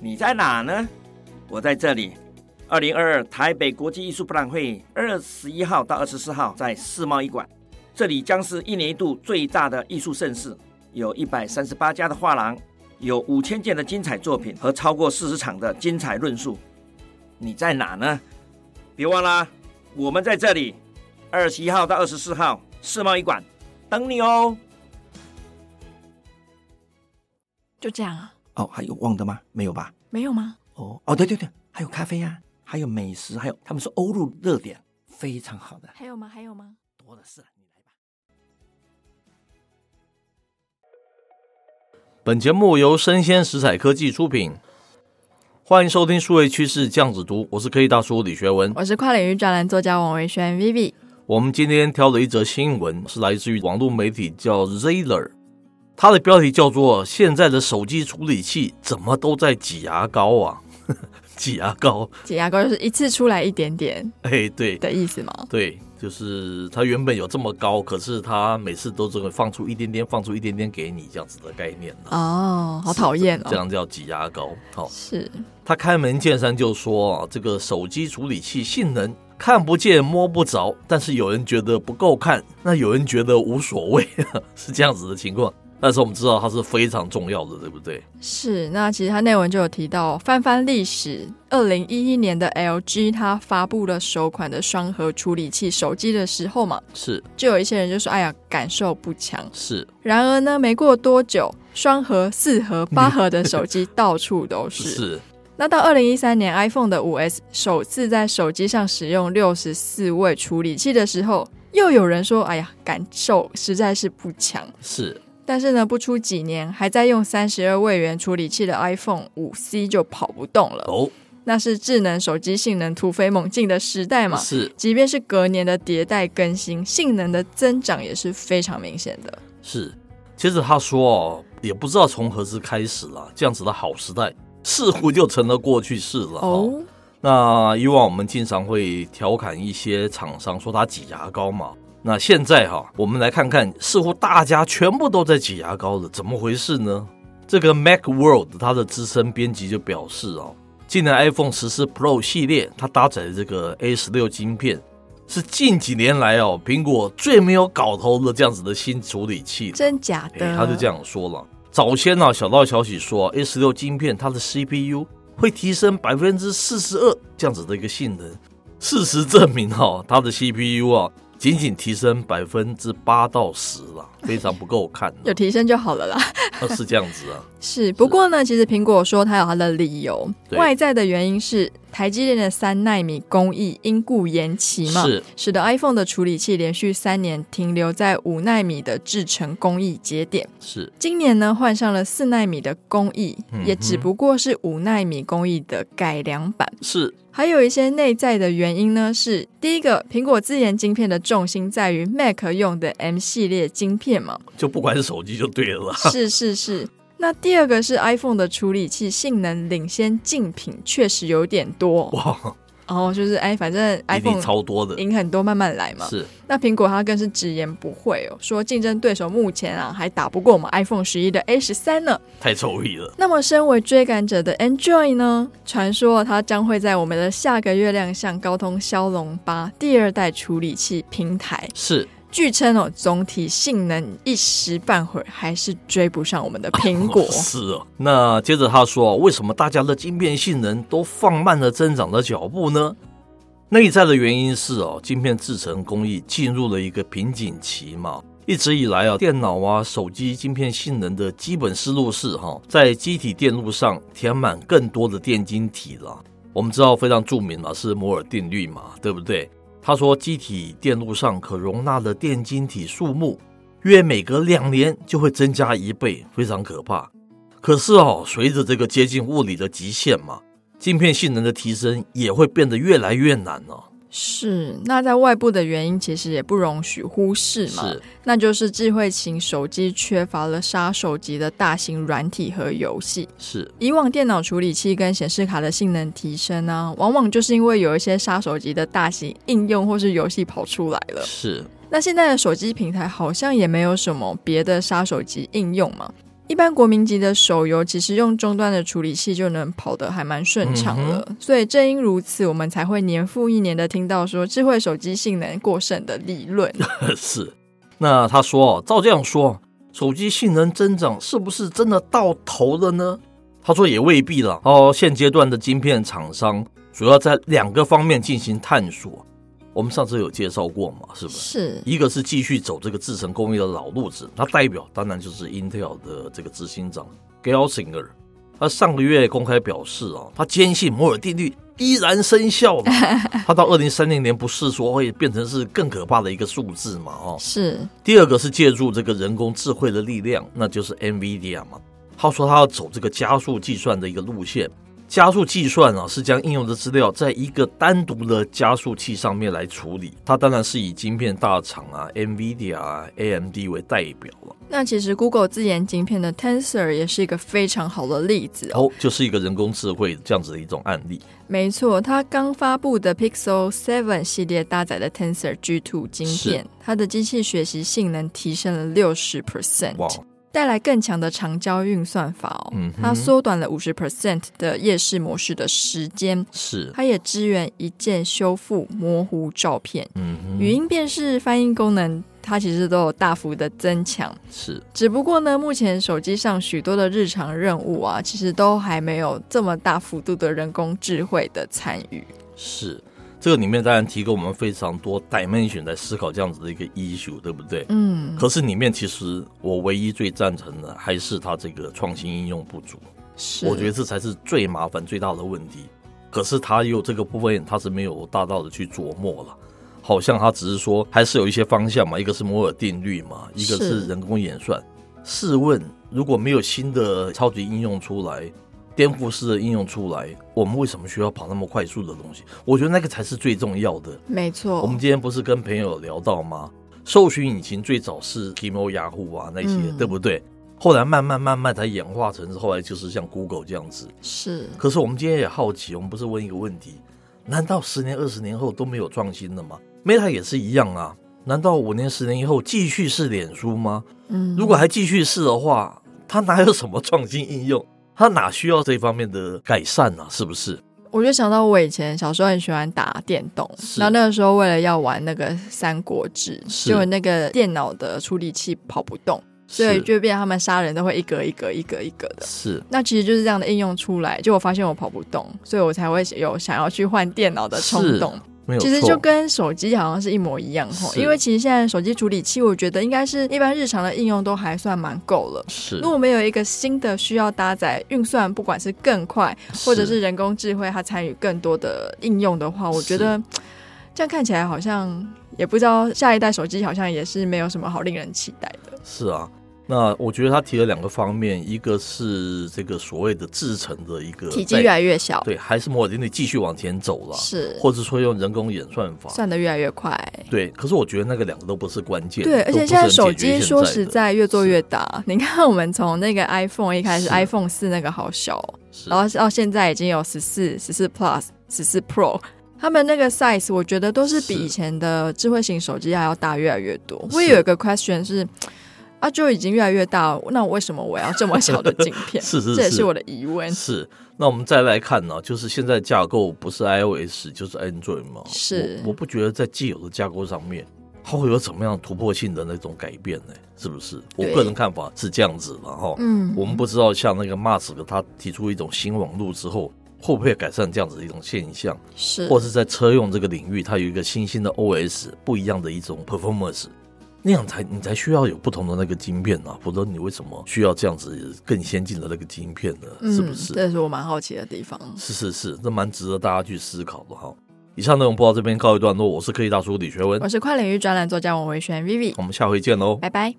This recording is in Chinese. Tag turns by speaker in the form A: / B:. A: 你在哪呢？我在这里。二零二二台北国际艺术博览会二十一号到二十四号在世贸一馆，这里将是一年一度最大的艺术盛事，有一百三十八家的画廊，有五千件的精彩作品和超过四十场的精彩论述。你在哪呢？别忘啦，我们在这里，二十一号到二十四号世贸一馆等你哦。
B: 就这样啊？
A: 哦，还有忘的吗？没有吧？
B: 没有吗？
A: 哦哦，对对对，还有咖啡呀、还有美食，还有他们说欧陆热点非常好的，
B: 还有吗？还有吗？
A: 多的是啊，你来吧。
C: 本节目由生鲜食材科技出品，欢迎收听数位趋势酱子读，我是科技大叔李学文。
B: 我是跨领域专栏作家王维轩 Vivi。
C: 我们今天挑了一则新闻，是来自于网络媒体叫 Zeller，它的标题叫做“现在的手机处理器怎么都在挤牙膏啊， 挤牙膏
B: 挤牙膏就是一次出来一点点”，
C: 哎，对
B: 的意思吗？
C: 对，就是它原本有这么高，可是它每次都只会放出一点点，放出一点点给你这样子的概念呢、
B: 哦，好讨厌
C: 这
B: 哦。
C: 样叫挤牙膏。好、
B: 是，
C: 他开门见山就说啊，这个手机处理器性能看不见摸不着，但是有人觉得不够看，那有人觉得无所谓， 是这样子的情况。但是我们知道它是非常重要的，对不对？
B: 是，那其实它内文就有提到，翻翻历史，二零一一年的 LG 它发布了首款的双核处理器手机的时候嘛，
C: 是
B: 就有一些人就说，哎呀，感受不强。
C: 是
B: 然而呢，没过多久，双核、四核、八核的手机到处都是。
C: 是
B: 那到二零一三年 iPhone 的五 S 首次在手机上使用六十四位处理器的时候，又有人说，哎呀，感受实在是不强。
C: 是
B: 但是呢，不出几年，还在用三十二位元处理器的 iPhone 五 C 就跑不动了。
C: 哦，
B: 那是智能手机性能突飞猛进的时代嘛？
C: 是
B: 即便是隔年的迭代更新，性能的增长也是非常明显的。
C: 是。接着他说哦，也不知道从何时开始了，这样子的好时代似乎就成了过去式了哦
B: 哦，
C: 那以往我们经常会调侃一些厂商说他挤牙膏嘛。那现在哈、我们来看看，似乎大家全部都在挤牙膏了，怎么回事呢？这个 Mac World 它的资深编辑就表示哦，近年 iPhone 十四 Pro 系列它搭载的这个 A 十六晶片，是近几年来哦苹果最没有搞头的这样子的新处理器了。
B: 真假
C: 哎、
B: 的？
C: 他就这样说了。早先呢、小道消息说，A 十六晶片它的 CPU 会提升百分之四十二这样子的一个性能。事实证明哦，它的 CPU 啊，仅仅提升百分之八到十了，非常不够看、
B: 有提升就好了啦。
C: 啊，是这样子啊，
B: 是，不过呢，其实苹果说它有它的理由，
C: 对
B: 外在的原因是台积电的三纳米工艺因故延期嘛，
C: 是
B: 使得 iPhone 的处理器连续三年停留在五纳米的制程工艺节点。
C: 是
B: 今年呢，换上了四纳米的工艺，
C: 嗯哼
B: 也只不过是五纳米工艺的改良版。
C: 是
B: 还有一些内在的原因呢，是第一个，苹果自研晶片的重心在于 Mac 用的 M 系列晶片嘛，
C: 就不管是手机就对 了啦，
B: 是是是。那第二个是 iPhone 的处理器性能领先竞品，确实有点多。
C: 哇，
B: 哦，就是哎，反正
C: 比你
B: iPhone
C: 超多的，
B: 赢很多，慢慢来嘛。
C: 是
B: 那苹果它更是直言不讳哦，说竞争对手目前啊还打不过我们 iPhone 十一的 A 十三呢。
C: 太臭屁了，
B: 那么，身为追赶者的 Enjoy 呢？传说它将会在我们的下个月亮相高通骁龙八第二代处理器平台。
C: 是
B: 据称哦，总体性能一时半会儿还是追不上我们的苹 果。
C: 是哦。那接着他说，为什么大家的晶片性能都放慢了增长的脚步呢？内在的原因是哦，晶片制成工艺进入了一个瓶颈期嘛。一直以来啊，电脑啊、手机晶片性能的基本思路是哈、在机体电路上填满更多的电晶体了。我们知道非常著名了，是摩尔定律嘛，对不对？他说，机体电路上可容纳的电晶体数目约每隔两年就会增加一倍，非常可怕。可是哦，随着这个接近物理的极限嘛，晶片性能的提升也会变得越来越难哦。
B: 是，那在外部的原因其实也不容许忽视嘛，
C: 是
B: 那就是智慧型手机缺乏了杀手级的大型软体和游戏。
C: 是
B: 以往电脑处理器跟显示卡的性能提升呢、往往就是因为有一些杀手级的大型应用或是游戏跑出来了。
C: 是
B: 那现在的手机平台好像也没有什么别的杀手级应用嘛，一般国民级的手游其实用终端的处理器就能跑得还蛮顺畅了，所以正因如此，我们才会年复一年的听到说智慧手机性能过剩的理论。
C: 是。那他说哦，照这样说，手机性能增长是不是真的到头了呢？他说也未必了哦。现阶段的晶片厂商主要在两个方面进行探索，我们上次有介绍过嘛，是不是？
B: 是
C: 一个是继续走这个制程工艺的老路子，它代表当然就是 Intel 的这个执行长 Gelsinger，他上个月公开表示啊，他坚信摩尔定律依然生效了。他到二零三零年不是说会变成是更可怕的一个数字嘛？哦，
B: 是，
C: 第二个是借助这个人工智慧的力量，那就是 NVIDIA 嘛。他说他要走这个加速计算的一个路线。加速计算啊，是将应用的资料在一个单独的加速器上面来处理。它当然是以晶片大厂啊，NVIDIA 啊、AMD 为代表啊了。
B: 那其实 Google 自研晶片的 Tensor 也是一个非常好的例子哦。
C: 哦，就是一个人工智慧这样子的一种案例。
B: 没错，它刚发布的 Pixel 7系列搭载的 Tensor G2 晶片，它的机器学习性能提升了六十 percent，
C: 哇，
B: 带来更强的长焦运算法哦。
C: 嗯哼
B: 它缩短了五十 percent 的夜视模式的时间，
C: 是，
B: 它也支援一键修复模糊照片、
C: 嗯
B: 语
C: 哼，
B: 音辨识、翻译功能，它其实都有大幅的增强。
C: 是
B: 只不过呢，目前手机上许多的日常任务啊，其实都还没有这么大幅度的人工智慧的参与。
C: 是。这个里面当然提供我们非常多 dimension 来思考这样子的一个 issue，对不对？
B: 嗯，
C: 可是里面其实我唯一最赞成的还是它这个创新应用不足，
B: 是，
C: 我觉得这才是最麻烦最大的问题。可是它有这个部分，它是没有大到的去琢磨了。好像它只是说，还是有一些方向嘛，一个是摩尔定律嘛，一个
B: 是
C: 是人工演算。试问，如果没有新的超级应用出来，颠覆式的应用出来，我们为什么需要跑那么快速的东西？我觉得那个才是最重要的。
B: 没错，
C: 我们今天不是跟朋友聊到吗？搜寻引擎最早是 Gmail、Yahoo 啊那些，
B: 嗯
C: 对不对？后来慢慢慢慢才演化成，后来就是像 Google 这样子。
B: 是
C: 可是我们今天也好奇，我们不是问一个问题：难道十年、二十年后都没有创新了吗？Meta 也是一样啊。难道五年、十年以后继续是脸书吗？
B: 嗯，
C: 如果还继续是的话，它哪有什么创新应用？它哪需要这方面的改善呢、啊？是不是？
B: 我就想到我以前小时候很喜欢打电动，
C: 是
B: 然后那个时候为了要玩那个《三国志》，
C: 是
B: 结果那个电脑的处理器跑不动，所以
C: 是
B: 就变成他们杀人都会一格一格、一格一格的。
C: 是
B: 那其实就是这样的应用出来，就我发现我跑不动，所以我才会有想要去换电脑的冲
C: 是
B: 动。
C: 没有
B: 其实
C: 错
B: 就跟手机好像是一模一样吼，
C: 是
B: 因为其实现在手机处理器，我觉得应该是一般日常的应用都还算蛮够了。
C: 是
B: 如果没有一个新的需要搭载运算，不管是更快或者是人工智慧，它参与更多的应用的话，我觉得这样看起来好像也不知道下一代手机好像也是没有什么好令人期待的。
C: 是啊，那我觉得他提了两个方面，一个是这个所谓的制成的一个
B: 体积越来越小，
C: 呃对，还是摩尔定律继续往前走了，
B: 是
C: 或者说用人工演算法。
B: 算的越来越快。
C: 对，可是我觉得那个两个都不是关键，
B: 对，而
C: 都不
B: 且
C: 是
B: 现在
C: 很解
B: 手
C: 决
B: 机说
C: 的
B: 实，在越做越大。你看，我们从那个 iPhone 一开始
C: 是
B: ，iPhone 四那个好小哦、
C: 是
B: 然后到现在已经有十四、十四 Plus、十四 Pro，他们那个 size 我觉得都是比
C: 是
B: 以前的智慧型手机还要大越来越多。
C: 是
B: 我也有一个 question 是，啊，就已经越来越大，那为什么我要这么小的镜片？
C: 是是
B: 这也
C: 是
B: 是我的疑问。
C: 是。那我们再来看呢、就是现在架构不是 iOS 就是 Android 嘛，
B: 是
C: 我，我不觉得在既有的架构上面。它会有怎么样突破性的那种改变呢？是不是？我
B: 对
C: 个人看法是这样子的哈。
B: 嗯，
C: 我们不知道像那个马斯克他提出一种新网络之后，会不会改善这样子的一种现象，
B: 是，
C: 或是在车用这个领域，它有一个新兴的 OS 不一样的一种 performance，那样才你才需要有不同的那个晶片啊，否则你为什么需要这样子更先进的那个晶片呢？
B: 嗯，
C: 是不是？
B: 这也是我蛮好奇的地方。
C: 是是是，这蛮值得大家去思考的哈。以上内容播到这边告一段落，我是科技大叔李学文哦
B: 我，是跨领域专栏作家王维轩 Vivi，
C: 我们下回见喽，
B: 拜拜。